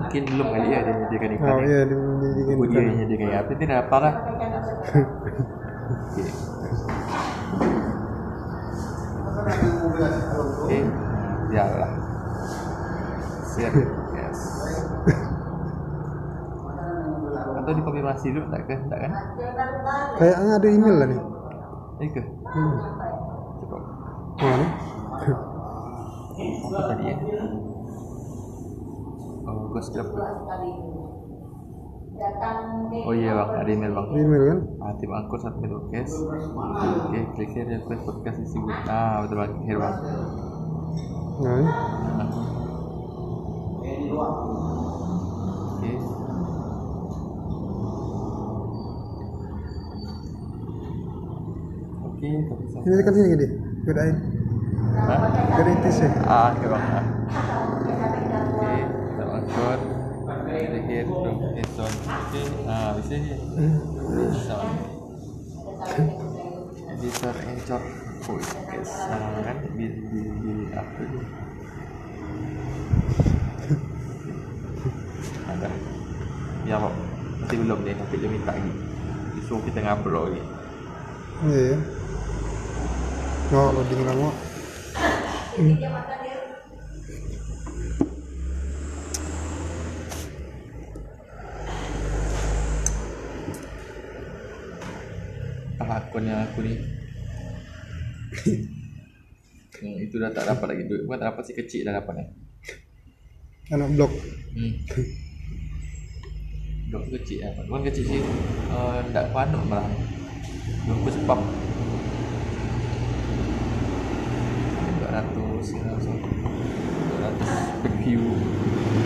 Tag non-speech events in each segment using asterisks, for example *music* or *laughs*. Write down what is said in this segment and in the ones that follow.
mungkin belum kali ya dia menyediakan iklan oh ya. iya kan. dia menyediakan Gue dia iklan yang nyediain ya, tapi tidak apa *laughs* lah. Oke. Oke, jalan. Eh, lah. Siap, yes. Atau dikonfirmasi dulu, tak ke? Tak kan? kayaknya ada email lah nih Ini ke? hmm. Coba. wah nih Apa tadi ya? Oh, gue skip. Oh iya bang, ada email bang. ada email kan Ah, tim angkut saat main podcast. Oke, klik here request podcast isi gue. Ah, betul bang, here bang. nah ini. Oke. Oke, tapi sama. ini kan sini gede bedain Hah? bedain tis ya Ah, oke bang. Ah. Oke, tim angkut. Klik here request on. Oke, ah, bisa ya. Hmm. Bisa. Bang. Editor encor podcast. Oh, Ah, kan, bil bil bil apa ini? ada ya Pak masih belum deh tapi dia minta lagi disuruh kita ngupload lagi iya ya oh loading lama apa akun yang aku *laughs* nih hmm, itu dah tak dapat lagi duit bukan tak dapat si kecil dah dapat ya anak blok *laughs* hmm. Dok tu kecil lah Bukan kecil sih uh, Tak panuk malah Dok tu sebab 200 200 view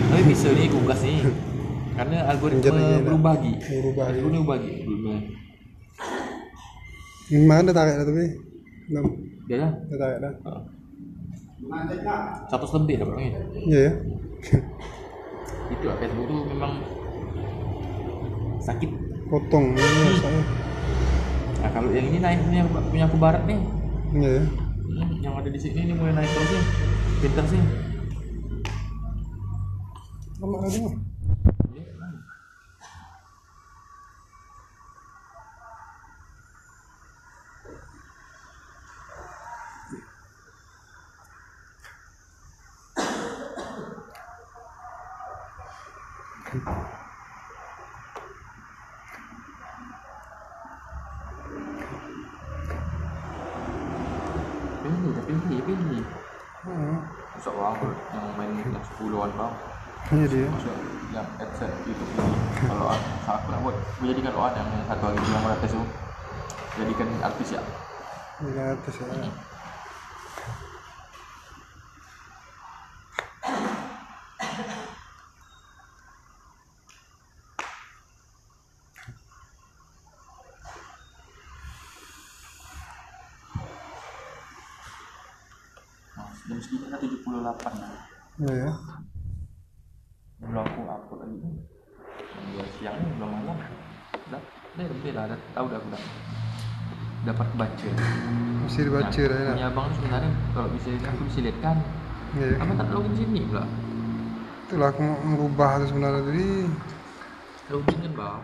Tapi bisa ni aku bukas *laughs* ni Kerana Jangan lagi algoritma nak berubah lagi berubah lagi. Algoritma berubah lagi Berubah. mana dah tarik dah tapi belum Dah lah dah tarik dah Ha. 100 lebih dah ni iya ya Itu lah Facebook tu memang Sakit potong iya soalnya Nah, kalau yang ini naik punya, punya aku barat nih. iya ya Hmm, yang ada di sini ini mulai naik terus sih. Pinter sih. lama lagi mah Pilih, pilih, pilih. Ah, Masuk bang, yang main yang sepuluhan bang. iya dia Masuk yang headset YouTube ini. Kalau aku, aku nak buat, aku jadikan Loan yang satu lagi yang mana tu. Jadikan artis ya. di atas ya Nah, Jam segini kan 78 lah. iya ya Belum aku upload lagi. Yang dua siang ni belum malam. Dah, dah lebih lah. Dah tahu dah aku dah. Dapat kebaca. masih dibaca dah ya Punya abang tu sebenarnya kalau bisa aku bisa lihat kan. iya ya. Abang tak login sini pula. itulah aku mau merubah tu sebenarnya tadi Login kan bang.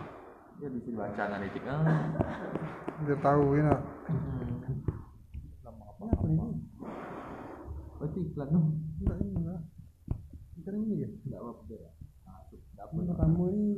Dia bisa baca analitik ah. Hmm. dia tahu ya nak Lama apa apa ini? Oh itu iklan tu. enggak ini lah ikan ini ya Tak apa-apa. dia. Ah, tu, tak apa. ini pertama ini